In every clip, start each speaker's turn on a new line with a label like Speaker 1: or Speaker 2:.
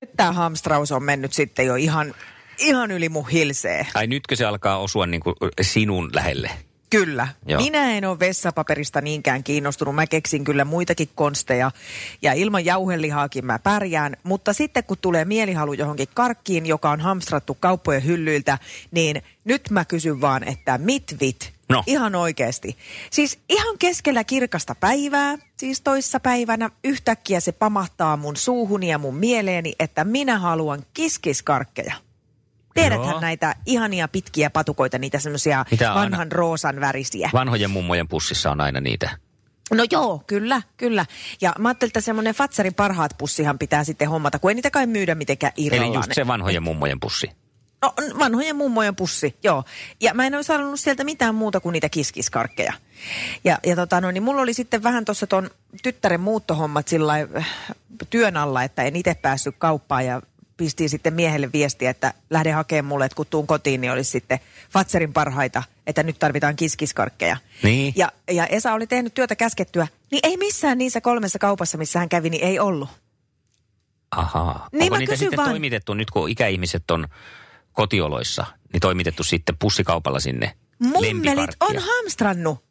Speaker 1: Nyt tämä hamstraus on mennyt sitten jo ihan, ihan yli mun hilseen.
Speaker 2: Ai nytkö se alkaa osua niin kuin sinun lähelle?
Speaker 1: Kyllä.
Speaker 2: Joo.
Speaker 1: Joo. Minä en ole vessapaperista niinkään kiinnostunut. Mä keksin kyllä muitakin konsteja ja ilman jauhelihaakin mä pärjään. Mutta sitten kun tulee mielihalu johonkin karkkiin, joka on hamstrattu kauppojen hyllyiltä, niin nyt mä kysyn vaan, että mitvit?
Speaker 2: No.
Speaker 1: Ihan oikeasti. Siis ihan keskellä kirkasta päivää, siis toissa päivänä, yhtäkkiä se pamahtaa mun suuhuni ja mun mieleeni, että minä haluan kiskiskarkkeja. Tiedäthän
Speaker 2: Joo.
Speaker 1: näitä ihania pitkiä patukoita, niitä semmoisia
Speaker 2: Mitä on?
Speaker 1: vanhan roosan värisiä.
Speaker 2: Vanhojen mummojen pussissa on aina niitä.
Speaker 1: No joo, kyllä, kyllä. Ja mä ajattelin, että semmoinen Fatsarin parhaat pussihan pitää sitten hommata, kun ei niitä kai myydä mitenkään irrallaan.
Speaker 2: Eli just se vanhojen mummojen pussi.
Speaker 1: No, n- vanhojen mummojen pussi, joo. Ja mä en olisi halunnut sieltä mitään muuta kuin niitä kiskiskarkkeja. Ja, ja tota, no, niin mulla oli sitten vähän tuossa ton tyttären muuttohommat sillä lailla, äh, työn alla, että en itse päässyt kauppaan ja pistiin sitten miehelle viestiä, että lähde hakemaan mulle, että kun tuun kotiin, niin olisi sitten Fatserin parhaita, että nyt tarvitaan kiskiskarkkeja.
Speaker 2: Niin.
Speaker 1: Ja, ja Esa oli tehnyt työtä käskettyä, niin ei missään niissä kolmessa kaupassa, missä hän kävi, niin ei ollut.
Speaker 2: Ahaa.
Speaker 1: Niin
Speaker 2: Onko
Speaker 1: mä
Speaker 2: niitä
Speaker 1: kysyn
Speaker 2: sitten
Speaker 1: vaan.
Speaker 2: toimitettu nyt, kun ikäihmiset on kotioloissa, niin toimitettu sitten pussikaupalla sinne
Speaker 1: Mummelit on
Speaker 2: lempikarkkia?
Speaker 1: hamstrannut.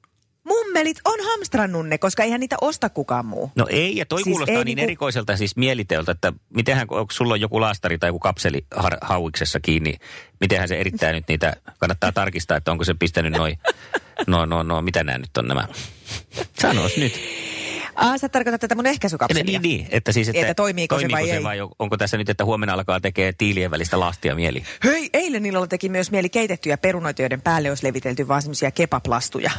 Speaker 1: Mummelit on hamstrannut ne, koska eihän niitä osta kukaan muu.
Speaker 2: No ei, ja toi
Speaker 1: Siis
Speaker 2: siis kuulostaa
Speaker 1: ei
Speaker 2: niin
Speaker 1: niinku-
Speaker 2: erikoiselta siis mieliteolta, että mitenhän, kun onko sulla on joku laastari tai joku kapseli har- hauiksessa kiinni, mitenhän se erittää nyt niitä, kannattaa tarkistaa, että onko se pistänyt noin, no, no, no, mitä nämä nyt on nämä? Sanois nyt.
Speaker 1: Aa, sä tarkoitat tätä mun ehkäisykapselia.
Speaker 2: Niin, niin, että siis, että,
Speaker 1: Että toimiiko se vai ei?
Speaker 2: vai onko tässä nyt, että huomenna alkaa tekee tiilien välistä lastia mieli?
Speaker 1: Hei, eilen illalla teki myös mieli keitettyjä perunoita, joiden päälle olisi levitelty vaan semmoisia kepaplastuja.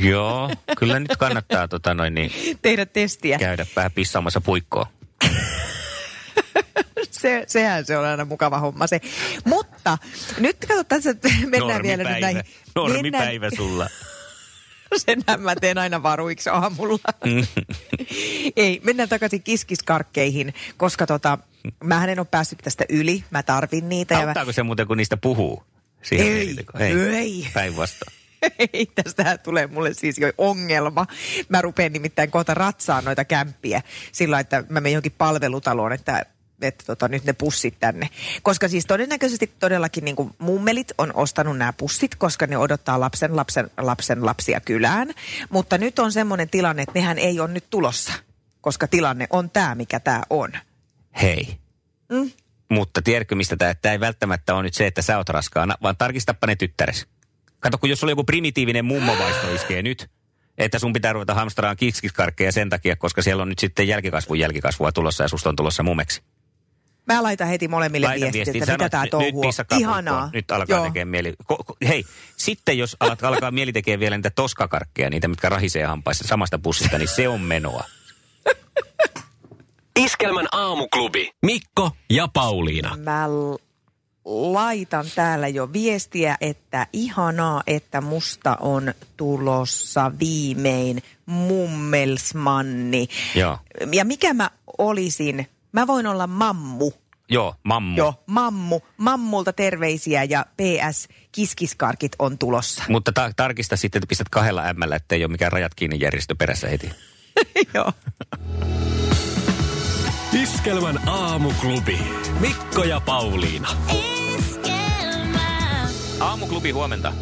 Speaker 2: Joo, kyllä nyt kannattaa tota noin, niin,
Speaker 1: Tehdä testiä.
Speaker 2: käydä vähän pissaamassa puikkoa.
Speaker 1: Se, sehän se on aina mukava homma se. Mutta nyt kato tässä, mennään vielä nyt näihin. mennään-
Speaker 2: Normipäivä sulla.
Speaker 1: Senhän mä teen aina varuiksi aamulla. Ei, mennään takaisin kiskiskarkkeihin, koska tota, mä en ole päässyt tästä yli. Mä tarvin niitä. ja mä-
Speaker 2: Auttaako se muuten, kun niistä puhuu? Siihen
Speaker 1: Ei,
Speaker 2: mielitekoon?
Speaker 1: ei.
Speaker 2: Päinvastoin.
Speaker 1: Ei, tästähän tulee mulle siis jo ongelma. Mä rupean nimittäin kohta ratsaan noita kämppiä sillä lailla, että mä menen johonkin palvelutaloon, että että tota, nyt ne pussit tänne. Koska siis todennäköisesti todellakin niin kuin mummelit on ostanut nämä pussit, koska ne odottaa lapsen, lapsen, lapsen lapsia kylään. Mutta nyt on semmoinen tilanne, että nehän ei ole nyt tulossa, koska tilanne on tämä, mikä tämä on.
Speaker 2: Hei.
Speaker 1: Mm.
Speaker 2: Mutta tiedätkö mistä tämä, tämä ei välttämättä ole nyt se, että sä oot raskaana, vaan tarkistappa ne tyttäres. Kato, kun jos sulla joku primitiivinen mummovaisto iskee nyt, että sun pitää ruveta hamsteraan kiskiskarkkeja sen takia, koska siellä on nyt sitten jälkikasvun jälkikasvua tulossa ja susta on tulossa mumeksi.
Speaker 1: Mä laitan heti molemmille
Speaker 2: Laita
Speaker 1: viestit,
Speaker 2: viestin,
Speaker 1: että
Speaker 2: sano,
Speaker 1: mitä tämä
Speaker 2: nyt-
Speaker 1: touhu on.
Speaker 2: Nyt, pissakaa
Speaker 1: Ihanaa.
Speaker 2: puikkoon. nyt alkaa
Speaker 1: Joo.
Speaker 2: tekemään mieli. Ko, ko, hei, sitten jos alat, alkaa mieli tekee vielä niitä toskakarkkeja, niitä mitkä rahisee hampaissa samasta pussista, niin se on menoa.
Speaker 3: Iskelmän aamuklubi. Mikko ja Pauliina.
Speaker 1: Mä l- laitan täällä jo viestiä, että ihanaa, että musta on tulossa viimein mummelsmanni.
Speaker 2: Joo.
Speaker 1: Ja mikä mä olisin? Mä voin olla mammu.
Speaker 2: Joo, mammu.
Speaker 1: Joo, mammu. Mammulta terveisiä ja PS Kiskiskarkit on tulossa.
Speaker 2: Mutta ta- tarkista sitten, että pistät kahdella ämmällä, ettei ole mikään rajat kiinni järjestö perässä heti.
Speaker 1: Joo.
Speaker 3: Iskelmän aamuklubi. Mikko ja Pauliina.
Speaker 2: Aamuklubi huomenta.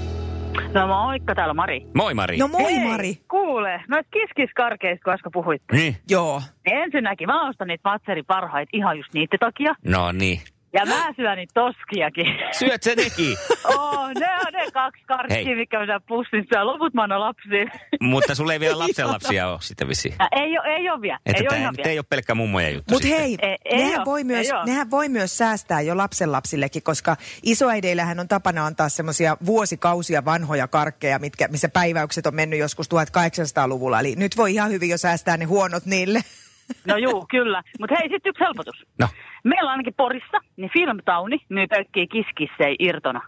Speaker 4: No moikka, täällä Mari.
Speaker 2: Moi Mari.
Speaker 1: No moi Mari.
Speaker 4: Kuule, noit kiskiskarkeista, kun äsken puhuit.
Speaker 2: Niin.
Speaker 1: Joo.
Speaker 4: Niin Ensinnäkin mä ostan niitä vatseri parhaita ihan just niiden takia.
Speaker 2: No niin.
Speaker 4: Ja mä syön niitä toskiakin.
Speaker 2: Syöt se nekin.
Speaker 4: oh, ne on ne kaksi
Speaker 2: Hei.
Speaker 4: karkkia, mikä mä pussissa. Loput mä annan lapsiin.
Speaker 2: Mutta sulle ei vielä lapsenlapsia ole sitten vissiin.
Speaker 4: Ja ei ole ei oo vielä.
Speaker 2: Että
Speaker 4: ei oo
Speaker 2: tämä
Speaker 4: ihan
Speaker 2: nyt
Speaker 4: vielä.
Speaker 2: ei ole pelkkä mummojen juttu
Speaker 1: Mutta
Speaker 2: sitten.
Speaker 1: hei,
Speaker 4: Ei- ei
Speaker 1: nehän,
Speaker 4: oo,
Speaker 1: voi myös,
Speaker 4: ei oo.
Speaker 1: nehän voi myös säästää jo lapsenlapsillekin, koska isoäideillähän on tapana antaa semmoisia vuosikausia vanhoja karkkeja, mitkä, missä päiväykset on mennyt joskus 1800-luvulla. Eli nyt voi ihan hyvin jo säästää ne huonot niille.
Speaker 4: No juu, kyllä. Mutta hei, sitten yksi helpotus.
Speaker 2: No.
Speaker 4: Meillä ainakin Porissa, niin Filmtowni myy pelkkiä kiskissei irtona.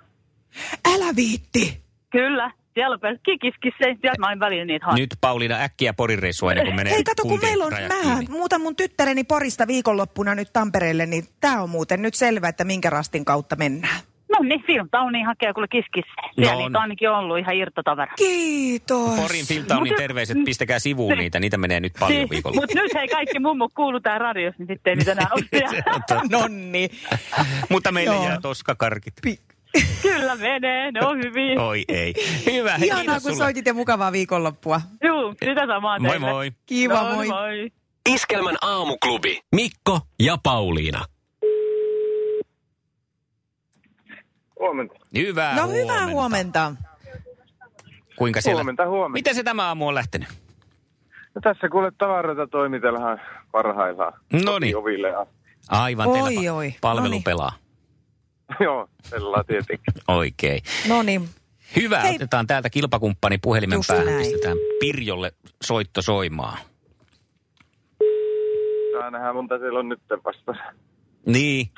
Speaker 1: Älä viitti!
Speaker 4: Kyllä, siellä on pelkkiä kiskissei, sieltä mä en välillä niitä hae.
Speaker 2: Nyt Pauliina äkkiä porireissua ennen kuin menee
Speaker 1: Hei, kato, kun
Speaker 2: kuntien
Speaker 1: meillä on,
Speaker 2: rajat
Speaker 1: mä
Speaker 2: kiinni.
Speaker 1: muutan mun tyttäreni Porista viikonloppuna nyt Tampereelle, niin tää on muuten nyt selvä, että minkä rastin kautta mennään.
Speaker 4: No niin, Filmtowniin hakee kyllä kiskissei.
Speaker 2: No
Speaker 4: Siellä no
Speaker 2: on.
Speaker 4: niitä on ainakin ollut ihan irtotavara.
Speaker 1: Kiitos.
Speaker 2: Porin Filtaunin terveiset, pistäkää sivuun niitä, niitä menee nyt
Speaker 1: Niin.
Speaker 2: paljon viikolla.
Speaker 4: Mutta nyt hei kaikki mummo kuuluu tää radiossa, niin sitten ei niitä enää ole.
Speaker 1: Nonni.
Speaker 2: Mutta meille
Speaker 1: Joo.
Speaker 2: jää toskakarkit.
Speaker 1: Pi-
Speaker 4: Kyllä menee, ne on hyvin.
Speaker 2: Oi ei. Hyvä, hei,
Speaker 1: Ihanaa,
Speaker 2: kiitos
Speaker 1: kun
Speaker 2: sulle.
Speaker 1: soitit ja mukavaa viikonloppua.
Speaker 4: Juu, sitä samaa
Speaker 2: Moi
Speaker 4: teille.
Speaker 2: moi.
Speaker 1: Kiva,
Speaker 4: No,
Speaker 1: moi.
Speaker 4: moi.
Speaker 3: Iskelmän aamuklubi. Mikko ja Pauliina.
Speaker 5: Huomenta.
Speaker 2: Hyvää
Speaker 1: No
Speaker 2: huomenta.
Speaker 1: hyvää huomenta.
Speaker 2: Kuinka siellä?
Speaker 5: Huomenta, huomenta.
Speaker 2: Miten se tämä aamu on lähtenyt?
Speaker 5: No tässä kuule tavaroita toimitellaan parhaillaan.
Speaker 2: No niin.
Speaker 5: Oville asti.
Speaker 2: Aivan,
Speaker 1: Oi,
Speaker 2: teillä pa-
Speaker 1: oi. No niin.
Speaker 2: palvelu
Speaker 1: Noniin.
Speaker 2: pelaa.
Speaker 5: Joo, sellainen tietenkin.
Speaker 2: Oikein.
Speaker 1: No niin,
Speaker 2: Hyvä,
Speaker 1: Hei.
Speaker 2: otetaan täältä kilpakumppani puhelimen
Speaker 1: Just
Speaker 2: päähän.
Speaker 1: näin.
Speaker 2: Pistetään Pirjolle soitto soimaan.
Speaker 5: Saa nähdä, monta siellä on nyt vasta.
Speaker 2: Niin.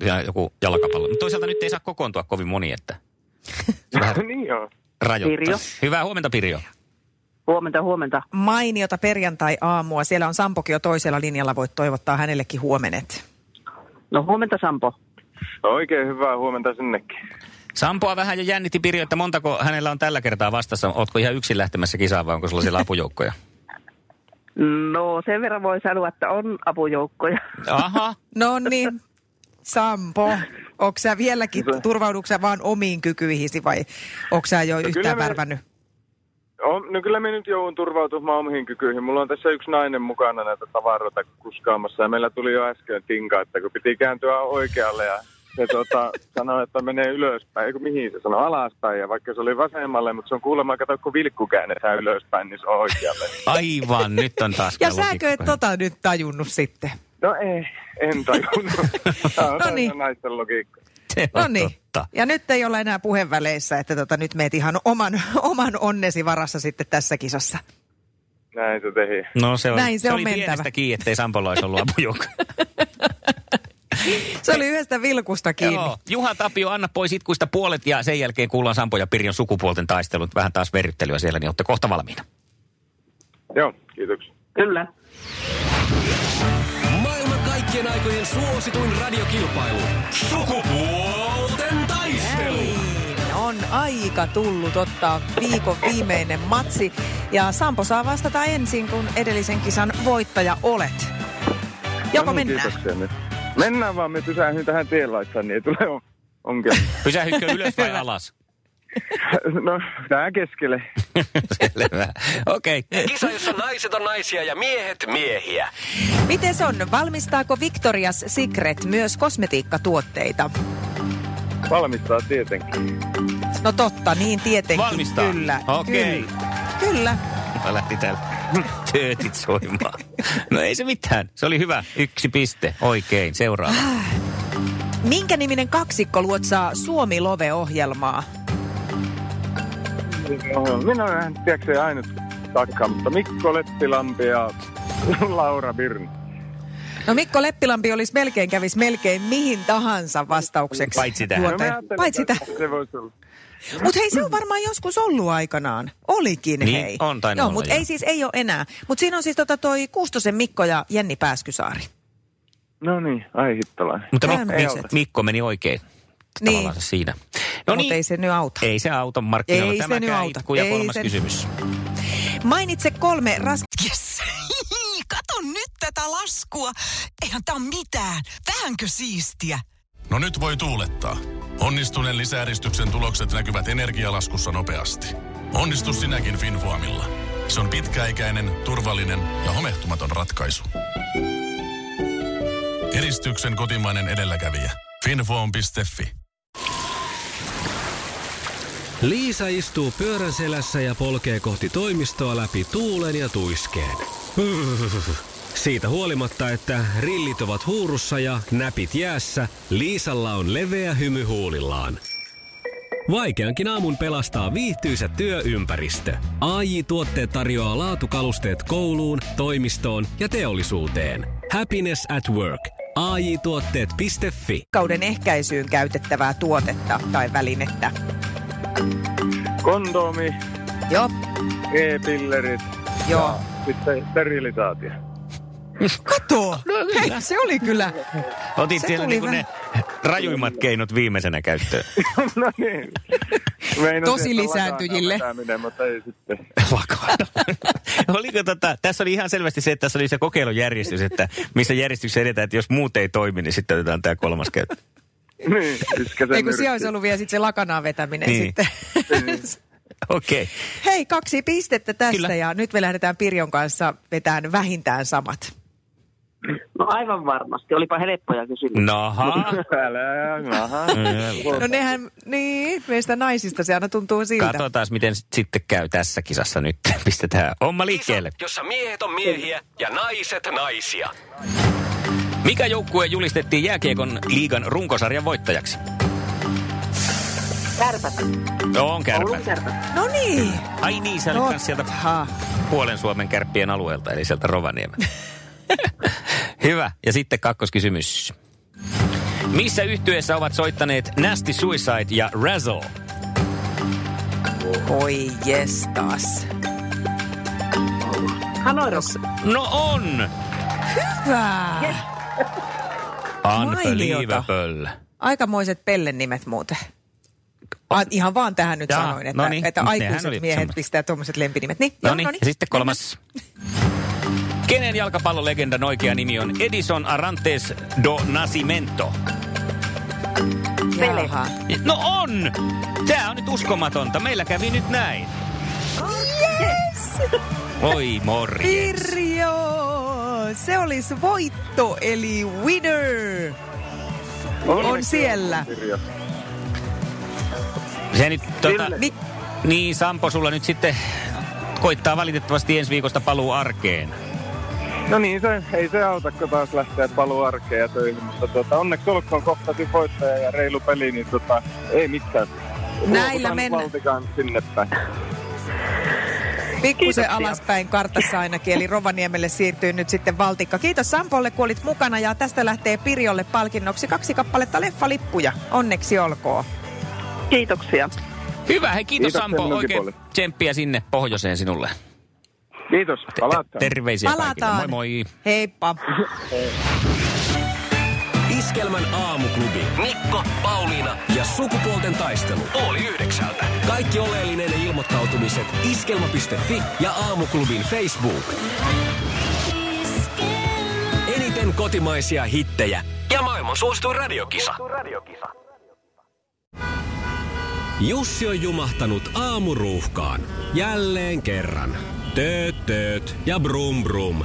Speaker 2: Ja joku jalkapallo. Mutta toisaalta nyt ei saa kokoontua kovin moni, että
Speaker 5: niin joo.
Speaker 2: rajoittaa.
Speaker 4: Pirjo.
Speaker 2: Hyvää huomenta Pirjo.
Speaker 4: Huomenta, huomenta.
Speaker 1: mainiota perjantai-aamua. Siellä on Sampokin jo toisella linjalla, voit toivottaa hänellekin huomenet.
Speaker 4: No huomenta Sampo.
Speaker 5: No, oikein hyvää huomenta sinnekin.
Speaker 2: Sampoa vähän jo jännitti Pirjo, että montako hänellä on tällä kertaa vastassa. Ootko ihan yksin lähtemässä kisaan vai onko sulla siellä apujoukkoja?
Speaker 4: No sen verran voi sanoa, että on apujoukkoja.
Speaker 2: Aha.
Speaker 1: No niin, Sampo, onko sä vieläkin, turvauduko sä vaan omiin kykyihisi vai onko sä jo
Speaker 5: kyllä
Speaker 1: yhtään
Speaker 5: me-
Speaker 1: värvännyt?
Speaker 5: On, no kyllä me nyt joudun turvautumaan omiin kykyihin. Mulla on tässä yksi nainen mukana näitä tavaroita kuskaamassa ja meillä tuli jo äsken tinka, että kun piti kääntyä oikealle ja se tuota, sanoi, että menee ylöspäin, eikö mihin se sanoi, alaspäin ja vaikka se oli vasemmalle, mutta se on kuulemma, kato kun vilkku käännetään ylöspäin, niin se on oikealle.
Speaker 2: Aivan, nyt on taas
Speaker 1: Ja
Speaker 2: kello
Speaker 1: säkö et
Speaker 2: pikkuisen.
Speaker 1: tota nyt tajunnut sitten?
Speaker 5: No ei, en tajunnut. Tämä on
Speaker 1: No niin.
Speaker 5: täysin naisten logiikka.
Speaker 2: Se on
Speaker 1: No niin.
Speaker 2: totta.
Speaker 1: Ja nyt ei olla enää puheväleissä, että tota, nyt meet ihan oman, oman onnesi varassa sitten tässä kisassa.
Speaker 5: Näin se tehi.
Speaker 2: No se on,
Speaker 1: Näin se on
Speaker 2: oli
Speaker 1: mentävä.
Speaker 2: pienestä kiinni, ettei Sampolla olisi ollut apujoukko.
Speaker 1: Se oli yhdestä vilkusta kiinni.
Speaker 2: Joo. Juha Tapio, anna pois itkuista puolet ja sen jälkeen kuullaan Sampo ja Pirjon sukupuolten taistelut. Vähän taas verryttelyä siellä, niin olette kohta valmiina.
Speaker 5: Joo, kiitoksia.
Speaker 4: Kyllä.
Speaker 3: Maailman kaikkien aikojen suosituin radiokilpailu. Sukupuolten taistelu.
Speaker 1: Näin, On aika tullut ottaa viikon viimeinen matsi. Ja Sampo saa vastata ensin, kun edellisen kisan voittaja olet. Joko
Speaker 5: No niin,
Speaker 1: mennään?
Speaker 5: Kiitoksia nyt. Mennään vaan, me pysähdyn tähän tienlaittaan, niin ei tule on, ongelmia.
Speaker 2: Pysähdytkö ylös vai alas?
Speaker 5: No, tää keskelle.
Speaker 2: Selvä. Okei. Okay.
Speaker 3: Kisa, jossa naiset on naisia ja miehet miehiä.
Speaker 1: Miten se on? Valmistaako Victoria's Secret myös kosmetiikkatuotteita?
Speaker 5: Valmistaa tietenkin.
Speaker 1: No totta, niin tietenkin.
Speaker 2: Valmistaa.
Speaker 1: Kyllä.
Speaker 2: Okei.
Speaker 1: Kyllä. Kyllä.
Speaker 2: Mä lähti täällä töötit soimaan. No ei se mitään. Se oli hyvä. Yksi piste. Oikein. Seuraava.
Speaker 1: Ah, Minkä niminen kaksikko luotsaa Suomi Love-ohjelmaa?
Speaker 5: No, Minä olen tiedäkseni ainut takka, mutta Mikko Lettilampi ja Laura Virni.
Speaker 1: No Mikko Leppilampi olisi melkein, kävisi melkein mihin tahansa vastaukseksi.
Speaker 2: Paitsi tähän.
Speaker 5: No,
Speaker 1: tuota-
Speaker 5: mä ajattelin,
Speaker 1: Paitsi
Speaker 5: että
Speaker 1: tähän.
Speaker 5: Se voisi olla.
Speaker 1: Mutta hei, se on varmaan joskus ollut aikanaan. Olikin,
Speaker 2: Niin,
Speaker 1: hei.
Speaker 2: on tainnut
Speaker 1: Joo,
Speaker 2: olla,
Speaker 1: mutta
Speaker 2: joo.
Speaker 1: ei siis, ei ole enää. Mutta siinä on siis tota toi Kuustosen Mikko ja Jenni Pääskysaari.
Speaker 5: No niin, ai hittolainen.
Speaker 2: Mutta Mikko,
Speaker 1: Tämmöiset.
Speaker 2: Mikko- Mikko meni oikein.
Speaker 1: Niin.
Speaker 2: Tavallaan se siinä.
Speaker 1: No
Speaker 2: No
Speaker 1: mutta
Speaker 2: niin.
Speaker 1: ei se nyt auta.
Speaker 2: Ei se auta markkinoilla.
Speaker 1: Ei se nyt
Speaker 2: Tämäkään
Speaker 1: auta.
Speaker 2: itku ja
Speaker 1: Ei
Speaker 2: kolmas
Speaker 1: se-
Speaker 2: kysymys.
Speaker 1: Mainitse kolme ras...
Speaker 6: Yes. Kato nyt tätä laskua. Eihän tää ole mitään. Vähänkö siistiä?
Speaker 7: No nyt voi tuulettaa. Onnistuneen lisäeristyksen tulokset näkyvät energialaskussa nopeasti. Onnistu sinäkin Finvoamilla. Se on pitkäikäinen, turvallinen ja homehtumaton ratkaisu. Eristyksen kotimainen edelläkävijä. Finvoam.fi
Speaker 3: Liisa istuu pyörän selässä ja polkee kohti toimistoa läpi tuulen ja tuiskeen. Siitä huolimatta, että rillit ovat huurussa ja näpit jäässä, Liisalla on leveä hymy huulillaan. Vaikeankin aamun pelastaa viihtyisä työympäristö. AI Tuotteet tarjoaa laatukalusteet kouluun, toimistoon ja teollisuuteen. Happiness at work. AJ-tuotteet.fi.
Speaker 1: kauden ehkäisyyn käytettävää tuotetta tai välinettä.
Speaker 5: Kondomi,
Speaker 1: Joo,
Speaker 5: e-pillerit,
Speaker 1: joo.
Speaker 5: sitten sterilisaatio.
Speaker 1: Kato!
Speaker 2: No
Speaker 1: Hei, se oli kyllä.
Speaker 2: Otit
Speaker 1: Se
Speaker 2: siellä
Speaker 1: tuli
Speaker 2: niin ne rajuimmat keinot viimeisenä käyttöön.
Speaker 5: no niin. Meinasin,
Speaker 1: Tosi
Speaker 5: että
Speaker 1: lisääntyjille.
Speaker 5: lakana vetäminen, mutta ei sitten.
Speaker 2: Vakana. Oliko tota, tässä oli ihan selvästi se, että tässä oli se kokeilujärjestys, että missä järjestyksessä edetään, että jos muut ei toimi, niin sitten otetaan tämä kolmas käyttö.
Speaker 5: Niin, iskä sen
Speaker 1: Ei kun siellä olisi
Speaker 5: nyrkkiin.
Speaker 1: ollut vielä sit se lakanaan vetäminen
Speaker 2: Niin.
Speaker 1: sitten.
Speaker 2: Okei. Okay.
Speaker 1: Hei, kaksi pistettä tästä
Speaker 2: Kyllä.
Speaker 1: ja nyt me lähdetään Pirjon kanssa vetämään vähintään samat.
Speaker 4: No aivan varmasti. Olipa helppoja kysymyksiä.
Speaker 2: No, Noha.
Speaker 5: Älä, aha.
Speaker 1: No nehän, niin, meistä naisista se aina tuntuu siltä.
Speaker 2: Katsotaan, miten sit- sitten käy tässä kisassa nyt. Pistetään homma liikkeelle.
Speaker 3: jossa miehet on miehiä ja naiset naisia.
Speaker 2: Mikä joukkue julistettiin jääkiekon liigan runkosarjan voittajaksi?
Speaker 4: Kärpät.
Speaker 2: No, on
Speaker 4: Oulun
Speaker 2: kärpät.
Speaker 4: kärpät.
Speaker 1: No niin.
Speaker 2: Ai niin, sä olit kans sieltä
Speaker 1: Totta.
Speaker 2: puolen Suomen kärppien alueelta, eli sieltä Rovaniemen. Hyvä. Ja sitten kakkoskysymys. Missä yhtyeessä ovat soittaneet Nasty Suicide ja Razzle?
Speaker 1: Oi jestas.
Speaker 4: Hanoi Rock.
Speaker 2: No on!
Speaker 1: Hyvä.
Speaker 2: Unbelievable.
Speaker 1: Aikamoiset pellenimet muuten. A, ihan vaan tähän nyt
Speaker 2: Jaa,
Speaker 1: sanoin, että,
Speaker 2: no niin,
Speaker 1: että
Speaker 2: nehän
Speaker 1: aikuiset
Speaker 2: oli
Speaker 1: miehet
Speaker 2: semmoinen.
Speaker 1: pistää tuommoiset lempinimet. Niin,
Speaker 2: No
Speaker 1: joo,
Speaker 2: niin,
Speaker 1: noniin.
Speaker 2: ja sitten kolmas. Kenen jalkapallolegendan oikea nimi on Edison Arantes do Nascimento?
Speaker 4: Pele.
Speaker 1: Jaha.
Speaker 2: No on! Tää on nyt uskomatonta. Meillä kävi nyt näin. Oi morjens.
Speaker 1: Pirjo! Se olisi voitto, eli winner on siellä.
Speaker 5: Kirja.
Speaker 2: Se nyt tota...
Speaker 1: Mi-
Speaker 2: Niin, Sampo, sulla nyt sitten koittaa valitettavasti ensi viikosta paluu arkeen.
Speaker 5: No niin, se, ei se auta, kun taas lähtee paluu arkeen ja töihin, mutta tuota, onneksi olkoon kohtasin voittaja ja reilu peli, niin tota, ei mitään.
Speaker 1: Näillä
Speaker 5: Luovutan
Speaker 1: mennään.
Speaker 5: Valtikaan sinne päin.
Speaker 1: Pikkusen alaspäin kartassa ainakin, eli Rovaniemelle siirtyy nyt sitten valtikka. Kiitos Sampolle, kun olit mukana ja tästä lähtee Pirjolle palkinnoksi kaksi kappaletta leffalippuja. Onneksi olkoon.
Speaker 4: Kiitoksia.
Speaker 2: Hyvä, hei kiitos
Speaker 5: Kiitoksia
Speaker 2: Sampo.
Speaker 5: minunkin
Speaker 2: Oikein
Speaker 5: puolesta.
Speaker 2: tsemppiä sinne pohjoiseen sinulle.
Speaker 5: Kiitos, palataan.
Speaker 2: Terveisiä
Speaker 1: Palataan.
Speaker 2: kaikille. Moi moi.
Speaker 1: Heippa.
Speaker 3: Iskelmän aamuklubi. Mikko, Pauliina ja sukupuolten taistelu. Oli yhdeksältä. Kaikki oleellinen ilmoittautumiset iskelma.fi ja aamuklubin Facebook. Eniten kotimaisia hittejä ja maailman suosituin radiokisa. Jussi on jumahtanut aamuruuhkaan. Jälleen kerran. Tööt, tööt ja brum brum.